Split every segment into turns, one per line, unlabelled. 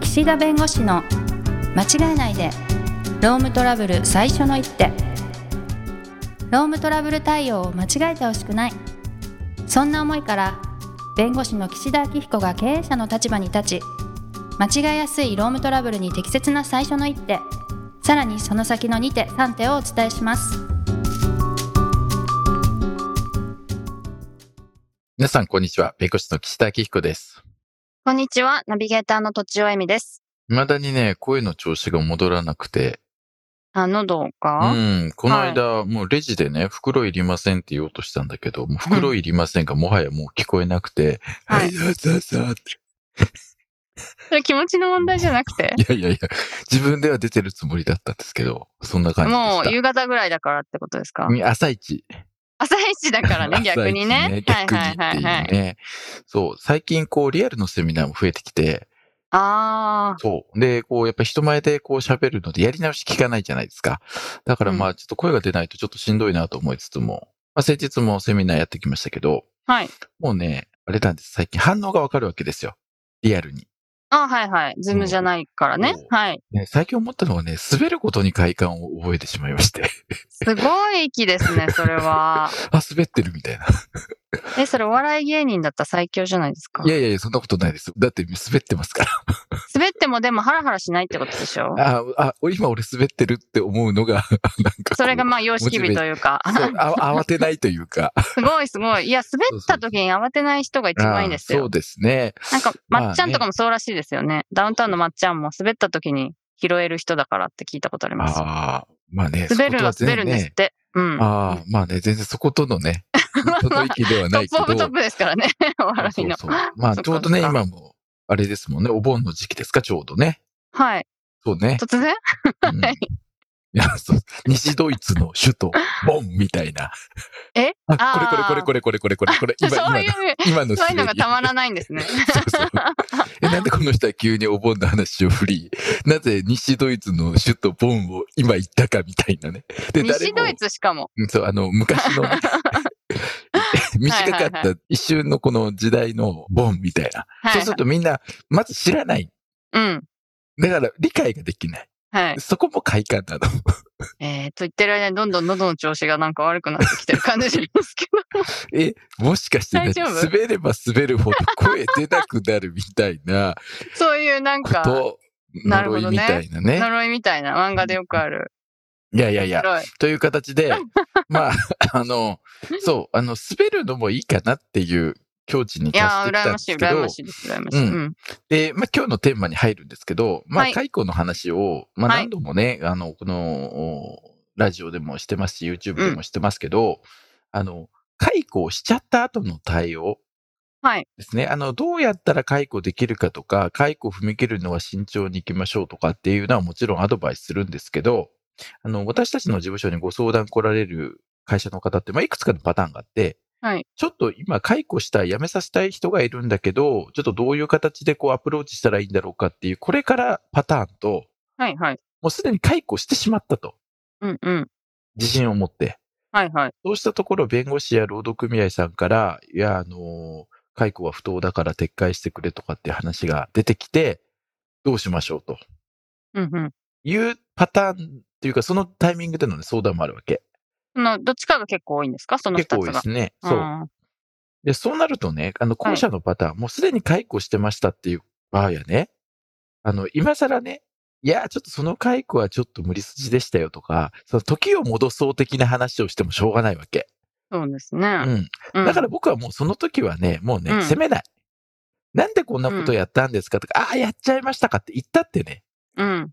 岸田弁護士の間違えないでロームトラブル最初の一手ロームトラブル対応を間違えてほしくないそんな思いから弁護士の岸田明彦が経営者の立場に立ち間違えやすいロームトラブルに適切な最初の一手さらにその先の2手3手をお伝えします
皆さん、こんにちは。弁護士の岸田明彦です。
こんにちはナビゲーターのとちおえみです
未だにね、声の調子が戻らなくて、
あ喉
う
か、
ん、この間、もうレジでね、袋いりませんって言おうとしたんだけど、もう袋いりませんが、もはやもう聞こえなくて、
はい
さあさあさあって
それ気持ちの問題じゃなくて
いやいやいや、自分では出てるつもりだったんですけど、そんな感じでした。
もう夕方ぐらいだからってことですか
うん朝一。
朝一だから ね、
朝
逆
一
にね。はい
逆に
は
っ
い
て
はいいうはい。
ね。そう、最近こう、リアルのセミナーも増えてきて、
あ
そう。で、こう、やっぱ人前でこう喋るので、やり直し聞かないじゃないですか。だからまあ、ちょっと声が出ないとちょっとしんどいなと思いつつも、まあ、先日もセミナーやってきましたけど、
あ、はい。
もうね、あれなんです。最近反応がわかるわけですよ。リアルに。
あはいはい。ズームじゃないからね
そう。
はい。
ね、最近思ったのはね、滑ることに快感を覚えてしまいまして。
すごい息ですね、それは。
あ、滑ってるみたいな。
え、それお笑い芸人だったら最強じゃないですか
い。やいやいや、そんなことないです。だって滑ってますから。
滑ってもでもハラハラしないってことでしょ
あ、あ、俺今俺滑ってるって思うのが、 なんかこう。
それがまあ様式美というか。
そうあ慌てないとい うか。
すごいすごい。いや、滑った時に慌てない人が一番いいです
あそ
よ
う。ですね。
なんか、
まあね
まっちゃんとかもそうらしいですよね。ダウンタウンのまっちゃんも滑った時に拾える人だからって聞いたことあります。
ああ、まあね。
滑るのは滑るんですって。うん。
ああ、まあね、全然そこと のね、その域ではないけ
ト
ど。
ップオブトップですからね、 お笑いの。
そうそうまあ、
そっか
ちょうどね、
そっか
今も、あれですもんね、お盆の時期ですか、ちょうどね。
はい。
そうね。
突然
うんいや、そう。西ドイツの首都、ボンみたいな。
え
あ
あー
これこれこれこれこれこれこ れ、
そう
今、今の
いう、、
今の
そういうのがたまら
い。
ないんですね。
そうそうえ、なんでこの人は急にお盆の話を振り、なぜ西ドイツの首都ボンを今言ったかみたいなね。で、誰
西
も
ドイツしかも。
うんそう、あの、昔 のね、 短かっ
はいはい
た一瞬のこの時代のボンみたいな。
はい、
そうするとみんな、まず知らない。
うん。
だから理解ができない。
はい。
そこも快感なの。
えー、と言ってる間にどんどん喉の調子がなんか悪くなってきてる感じしますけ ど。
え、もしかして、
大
ね、
丈夫
滑れば滑るほど声出なくなるみたいな
そういうなん
こ
か、
と、
なるほ
呪い
ど
み
ね
たいなね。
呪いみたいな漫画でよくある。
いやいやいや、
呪い
という 形で、まあ、 あの、そう、あの、滑るのもいいかなっていう境地に
い
達し
や
て
ー、
きた
羨
ん
ま
で
しい、
すけ
羨
ど
ま、しいです、羨ましい。う。
うんで、まあ、今日のテーマに入るんですけど、ま
は
あ、
い
解雇の話を、まあ、
はい
何度もね、あの、この、おラジオでもしてますし、YouTube でもしてますけど、あの、解雇をしちゃった後の対応
はい。
ですね。あの、どうやったら解雇できるかとか、解雇を踏み切るのは慎重に行きましょうとかっていうのはもちろんアドバイスするんですけど、あの、私たちの事務所にご相談来られる会社の方って、まあ、いくつかのパターンがあって、
はい
ちょっと今解雇したい、辞めさせたい人がいるんだけど、ちょっとどういう形でこうアプローチしたらいいんだろうかっていう、これからパターンと、
はい、はい。
もうすでに解雇してしまったと、
うん、うん。
自信を持って。
はい、はい。
そうしたところ、弁護士や労働組合さんから、いや、あの、解雇は不当だから撤回してくれとかっていう話が出てきて、どうしましょうと
うん、うん。
いうパターンっていうか、そのタイミングでの、ね、相談もあるわけ。
その、どっちかが結構多いんですかその二つが。
結構多いですね。
うん
そう。で、そうなるとね、あの、後者のパターン、もうすでに解雇してましたっていう場合はね、あの、今更ね、いや、ちょっとその解雇はちょっと無理筋でしたよとか、その時を戻そう的な話をしてもしょうがないわけ。
そうですね。
うん。
うん
だから僕はもうその時はね、もう
うん
ね、責めない。なんでこんなことやったんですかとか、ああ、やっちゃいましたかって言ったってね、
うん。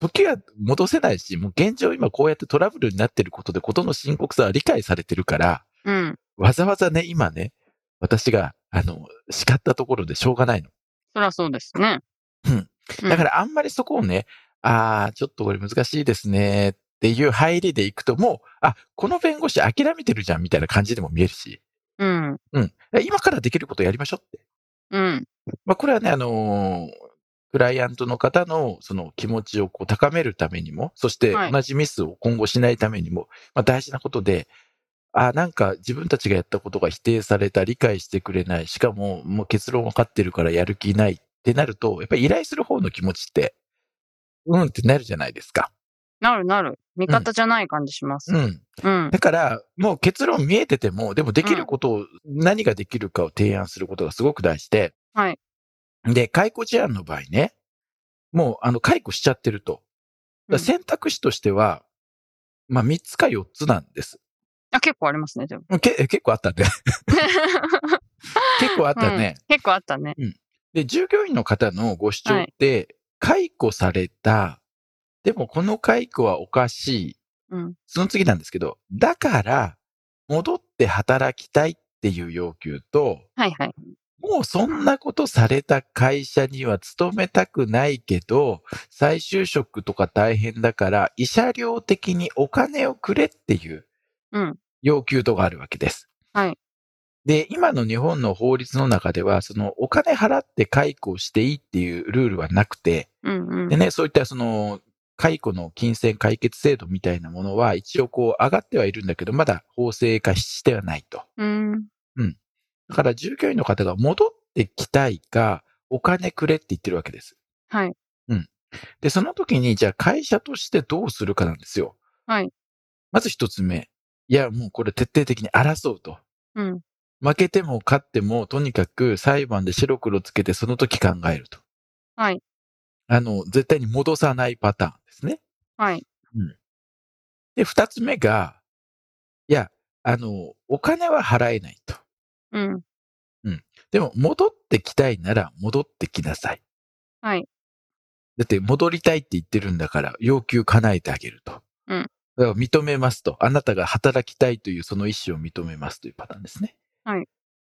時は戻せないし、もう現状今こうやってトラブルになってることで、ことの深刻さは理解されてるから、
うん。
わざわざね、今ね、私が、あの、叱ったところでしょうがないの。
そりゃそうですね。うん
だからあんまりそこをね、ああ、ちょっとこれ難しいですね、っていう入りでいくと、もう、あ、この弁護士諦めてるじゃん、みたいな感じでも見えるし、
うん。
うん。今からできることやりましょうって。
うん。
まあ、これはね、あのークライアントの方のその気持ちをこう高めるためにも、そして
はい
同じミスを今後しないためにも、まあ、大事なことで、あなんか自分たちがやったことが否定された、理解してくれない、しかももう結論分かってるからやる気ないっってなると、やっぱり依頼する方の気持ちって、うんってなるじゃないですか。
なるなる。味方じゃない感じします。
う。ん。
うん。
だから、もう結論見えてても、でもできることを、何ができるかを提案することがすごく大事で。
はい。
で、解雇事案の場合ね、もう、あの、解雇しちゃってると。だから選択肢としては、まあ、3つか4つなんです。
あ、結構ありますね、でも。
け結構あったね。結構あったね。
結構あったね。
で、従業員の方のご主張って、解雇された、でもこの解雇はおかしい。
うん。
その次なんですけど、だから、戻って働きたいっていう要求と、
はいはい。
もうそんなことされた会社には勤めたくないけど、再就職とか大変だから、慰謝料的にお金をくれっていう
うん。
要求とかあるわけです。
はい。
で、今の日本の法律の中では、そのお金払って解雇していいっていうルールはなくて、
うんうん。
でね、そういったその解雇の金銭解決制度みたいなものは一応こう上がってはいるんだけど、まだ法制化してはないと。
うん。
だから従業員の方が戻ってきたいか、お金くれって言ってるわけです。
はい。
で、その時に、じゃあ会社としてどうするかなんですよ。
はい。
まず一つ目。いや、もうこれ徹底的に争うと。
うん。
負けても勝っても、とにかく裁判で白黒つけてその時考えると。
はい。
あの、絶対に戻さないパターンですね。
はい。
で、二つ目が、いや、あの、お金は払えないと。
うん。
でも、戻ってきたいなら戻ってきなさい。
はい。
だって、戻りたいって言ってるんだから、要求叶えてあげると。
うん
だから認めますと。あなたが働きたいというその意思を認めますというパターンですね。
はい。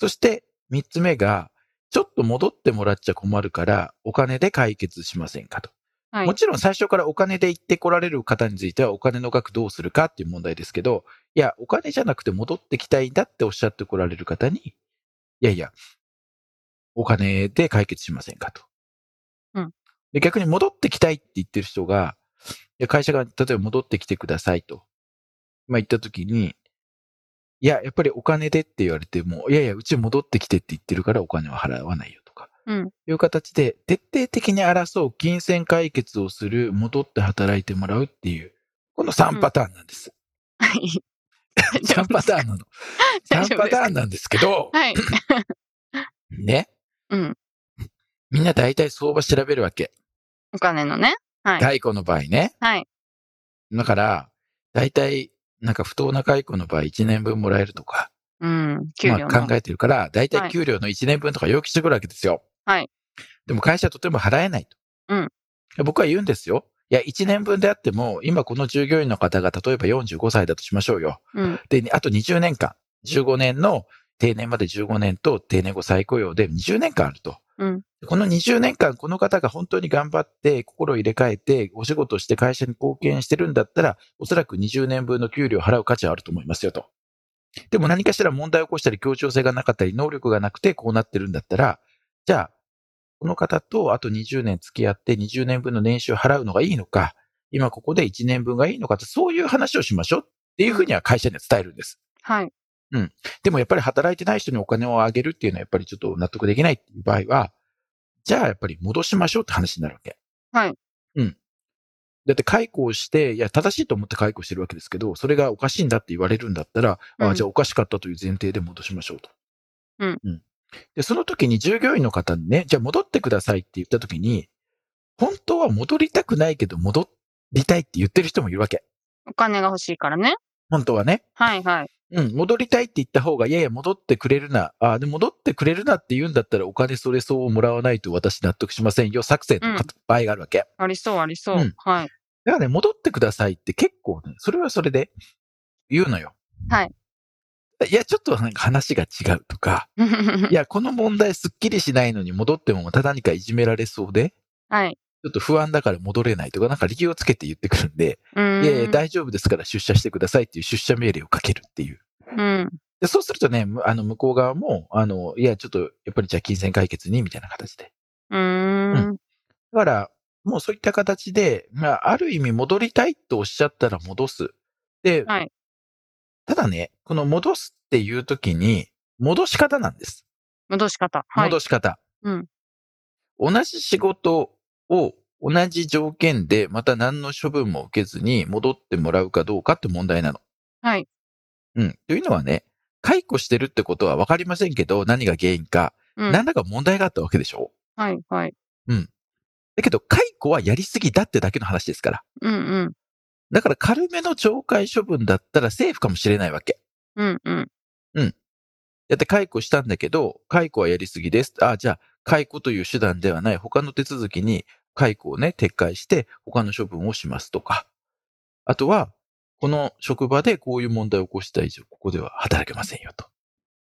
そして、三つ目が、ちょっと戻ってもらっちゃ困るから、お金で解決しませんかと。
はい
もちろん最初からお金で言ってこられる方については、お金の額どうするかっていう問題ですけど、いや、お金じゃなくて戻ってきたいんだっておっしゃってこられる方に、いやいや、お金で解決しませんかと。
うん
で逆に戻ってきたいって言ってる人が、いや会社が例えば戻ってきてくださいと、まあ、言った時に、いや、やっぱりお金でって言われても、いやいや、うち戻ってきてって言ってるからお金は払わないよとか、
うん
いう形で徹底的に争う、金銭解決をする、戻って働いてもらうっていう、この3パターンなんです。
はい。
3パターンなの。
大
3パ
丈夫で
タ
すか
ーンなんですけど、
はい。
ね。
うん。
みんな大体相場調べるわけ。
お金のね。はい
解雇の場合ね。
はい。
だから、大体、なんか不当な解雇の場合1年分もらえるとか、
うん。給
ま
料
あ
の
考。えてるから、大
は
体
い
給料の1年分とか要求してくるわけですよ。
はい。
でも会社はとても払えないと。
うん
僕は言うんですよ。いや、1年分であっても、今この従業員の方が例えば45歳だとしましょうよ。
うん。
で、あと20年間、15年の定年まで15年と定年後再雇用で20年間あると。
うん
この20年間、この方が本当に頑張って、心を入れ替えて、お仕事をして会社に貢献してるんだったら、おそらく20年分の給料を払う価値はあると思いますよと。でも何かしら問題を起こしたり、協調性がなかったり、能力がなくてこうなってるんだったら、じゃあ、この方とあと20年付き合って20年分の年収を払うのがいいのか、今ここで1年分がいいのかって、そういう話をしましょうっていうふうには会社には伝えるんです。
はい。
でもやっぱり働いてない人にお金をあげるっていうのはやっぱりちょっと納得できないっていう場合は、じゃあやっぱり戻しましょうって話になるわけ。
はい。
うん。だって解雇をして、いや、正しいと思って解雇してるわけですけど、それがおかしいんだって言われるんだったら、
う
あ
ん
じゃあおかしかったという前提で戻しましょうと。
うん。
うん。で、その時に従業員の方にね、じゃあ戻ってくださいって言った時に、本当は戻りたくないけど戻りたいって言ってる人もいるわけ。
お金が欲しいからね。
本当はね。
はいはい。
うん、戻りたいって言った方が、いやいや、戻ってくれるな。あーで、戻ってくれるなって言うんだったら、お金それそうもらわないと私納得しませんよ。作戦の場合があるわけ。
ありそうありそう。
うん
はい。
だからね、戻ってくださいって結構ね、それはそれで言うのよ。
はい。
いや、ちょっとなんか話が違うとか、いや、この問題すっきりしないのに戻ってもまた何かいじめられそうで、
はい。
ちょっと不安だから戻れないとか、なんか理由をつけて言ってくるんで、
う
い
ん。
やいや、大丈夫ですから出社してくださいっていう出社命令をかけるっていう。
うん。
で、そうするとね、むあの、向こう側も、あの、いや、ちょっと、やっぱりじゃあ金銭解決に、みたいな形で。
うーん。
だから、もうそういった形で、まあ、ある意味戻りたいとおっしゃったら戻す。で、
はい
ただね、この戻すっていう時に、戻し方なんです。
戻し方。はい。
戻し方。
うん
同じ仕事を同じ条件でまた何の処分も受けずに戻ってもらうかどうかって問題なの。
はい。
うん。というのはね、解雇してるってことは分かりませんけど、何が原因か、
うん。
何らか問題があったわけでしょ、
はい、はい。
だけど、解雇はやりすぎだってだけの話ですから。
うん、うん。
だから軽めの懲戒処分だったらセーフかもしれないわけ。
うん、うん。
だって解雇したんだけど、解雇はやりすぎです。あ、じゃあ、解雇という手段ではない他の手続きに解雇をね、撤回して他の処分をしますとか。あとは、この職場でこういう問題を起こした以上、ここでは働けませんよと。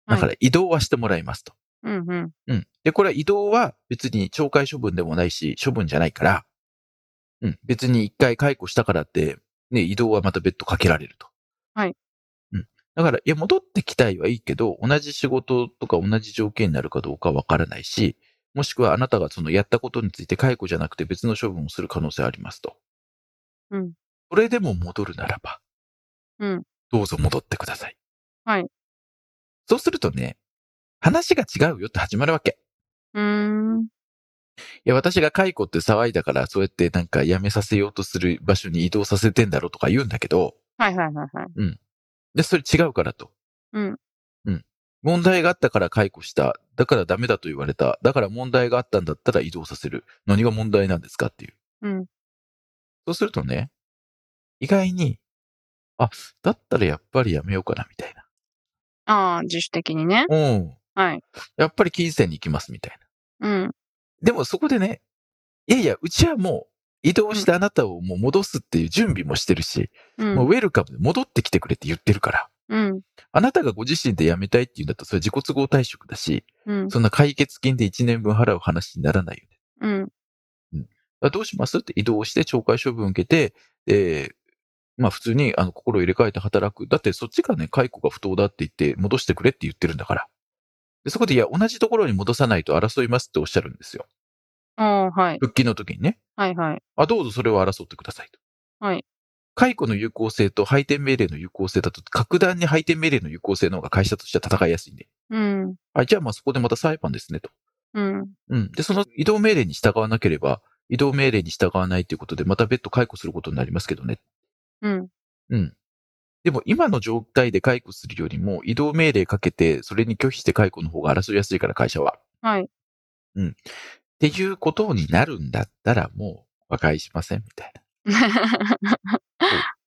だから移動はしてもらいますと。
うん、うん。
うん。で、これは移動は別に懲戒処分でもないし、処分じゃないから、うん。別に一回解雇したからって、ね、移動はまた別途かけられると。
はい。
うん。だから、いや、戻ってきたいはいいけど、同じ仕事とか同じ条件になるかどうかわからないし、もしくはあなたがそのやったことについて解雇じゃなくて別の処分をする可能性ありますと。
うん。
それでも戻るならば、
うん。
どうぞ戻ってください。
はい。
そうするとね、話が違うよって始まるわけ。
うーん。
いや、私が解雇って騒いだから、そうやってなんか辞めさせようとする場所に移動させてんだろうとか言うんだけど、
はい、はい、はい、はい。
で、それ違うからと。
うん。
うん。問題があったから解雇した。だからダメだと言われた。だから問題があったんだったら移動させる。何が問題なんですかっていう。
うん。
そうするとね、意外に、あ、だったらやっぱりやめようかな、みたいな。
ああ、自主的にね。
うん。
はい。
やっぱり金銭に行きます、みたいな。
うん。
でもそこでね、いやいや、うちはもう移動してあなたをもう戻すっていう準備もしてるし、
う。
もうんウェルカムで戻ってきてくれって言ってるから。
うん。
あなたがご自身で辞めたいって言うんだったら、それ自己都合退職だし、
うん。
そんな解決金で1年分払う話にならないよね。
うん。
だからどうしますって移動して懲戒処分受けて、えまあ普通にあの心を入れ替えて働く。だってそっちがね、解雇が不当だって言って戻してくれって言ってるんだから。でそこで、いや、同じところに戻さないと争いますっておっしゃるんですよ。
ああ、はい。
復帰の時にね。
はい、はい。
あ、どうぞそれを争ってくださいと。
はい。
解雇の有効性と配点命令の有効性だと、格段に配点命令の有効性の方が会社としては戦いやすいんで。
うん。
あ、じゃあまあそこでまた裁判ですねと。
うん。
うん。で、その移動命令に従わなければ、移動命令に従わないということで、また別途解雇することになりますけどね。
うん。
うん。でも今の状態で解雇するよりも、移動命令かけて、それに拒否して解雇の方が争いやすいから会社は。
はい。
っていうことになるんだったら、もう和解しませんみたいな。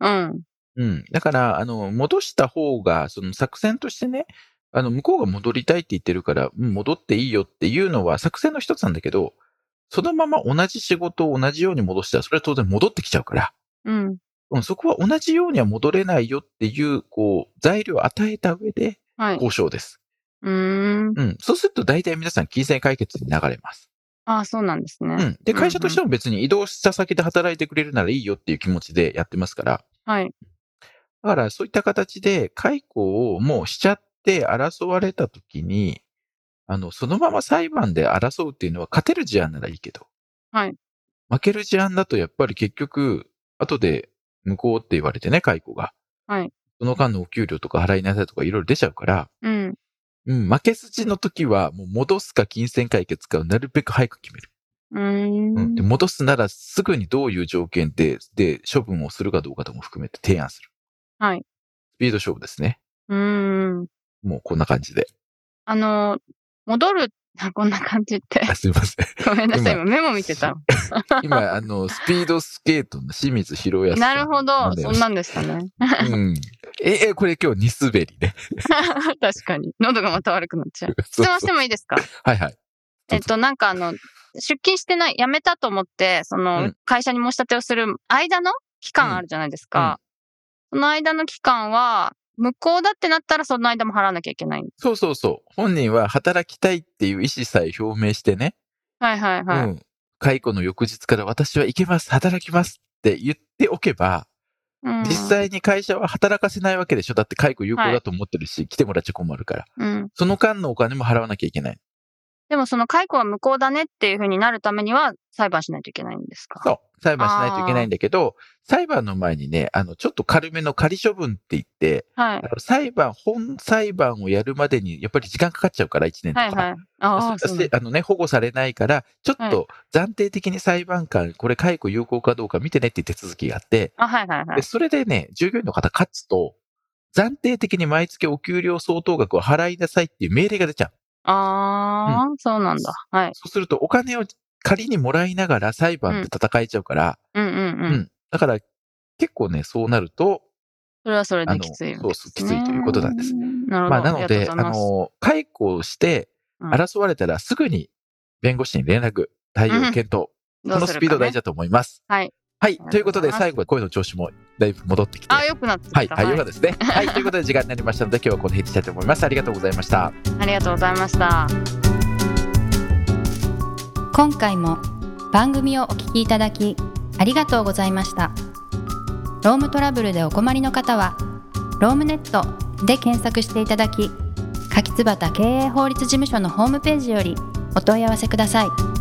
うん。
うん。だから、あの、戻した方が、その作戦としてね、あの、向こうが戻りたいって言ってるから、うん戻っていいよっていうのは作戦の一つなんだけど、そのまま同じ仕事を同じように戻したら、それは当然戻ってきちゃうから、
うん。
うん、そこは同じようには戻れないよっていう、こう、材料を与えた上で
はい。
交渉です。
うーん。
うん。そうすると大体皆さん金銭解決に流れます。
ああ、そうなんですね。
うん。で、会社としても別に移動した先で働いてくれるならいいよっていう気持ちでやってますから、
はい。
だから、そういった形で解雇をもうしちゃって争われたときに、あの、そのまま裁判で争うっていうのは勝てる事案ならいいけど、
はい。
負ける事案だとやっぱり結局、後で無効って言われてね、解雇が。
はい。
その間のお給料とか払いなさいとかいろいろ出ちゃうから、
うん。
うん、負け筋の時はもう戻すか金銭解決かをなるべく早く決める。
うー
うん。
ん
で、。戻すならすぐにどういう条件で、で、処分をするかどうかとも含めて提案する。
はい。
スピード勝負ですね。
うーん。
もうこんな感じ で。
あの、戻る、こんな感じって。
あすいません。
ごめんなさい、
今
今メモ見てた。
今、あの、スピードスケートの清水博康さ。
なんるほど、そんなんでしたね。
うん。え、え、これ今日二滑りね。
確かに。喉がまた悪くなっちゃう。
そう
質問し
そう
てもいい ですか
はいはい。
えっと、なんかあの、出勤してない、辞めたと思って、そうの
ん、
会社に申し立てをする間の期間あるじゃないですか。その間の期間は、無効だってなったら、その間も払わなきゃいけない。
そうそうそう。本人は働きたいっていう意思さえ表明してね。
はいはいはい。
うん。解雇の翌日から私は行けます、働きますって言っておけば、
うん
実、際に会社は働かせないわけでしょ。だって解雇有効だと思ってるし、来てもらっちゃ困るから。
うん。
その間のお金も払わなきゃいけない。
でもその解雇は無効だねっていうふうになるためには裁判しないといけないんですか
そう。裁判しないといけないんだけど、裁判の前にね、あの、ちょっと軽めの仮処分って言って、
はい
あ。の裁判、本裁判をやるまでに、やっぱり時間かかっちゃうから、1年とか。
はいはい。ああ、
そ
そう
し
なん
て、あのね、保護されないから、ちょっと暫定的に裁判官、これ解雇有効かどうか見てねっていう手続きがあって、
あ、はいはいは
で
い。
それでね、従業員の方勝つと、暫定的に毎月お給料相当額を払いなさいっていう命令が出ちゃう。
ああ、そうなんだ。はい。
そうすると、お金を仮にもらいながら裁判で戦えちゃうから、
うんうんう
うん
ん。
だから結構ね、そうなると、
それはそれ
あ
で
の、
きついわ
そ
け
う
です
そう、
ね。
きついということなんです。
なるほど。
まあ、なの
り
で、
がと
あ
うございます
の、解雇して、
うん
争われたらすぐに弁護士に連絡、対応検討。こ
ど
の
うす
ス
る
ピー
か
ド
ね
大事だと思います。
はい。
はい。
ありがとうございます
ということで、最後は声の調子もだいぶ戻ってきて。
あ、
はい。
よくなってきた。
はい。よかったですね。はい。ということで、時間になりましたので、今日はこの辺にしたいと思います。ありがとうございました。
ありがとうございました。
今回も番組をお聞きいただきありがとうございましたロームトラブルでお困りの方は「ロームネット」で検索していただき柿椿経営法律事務所のホームページよりお問い合わせください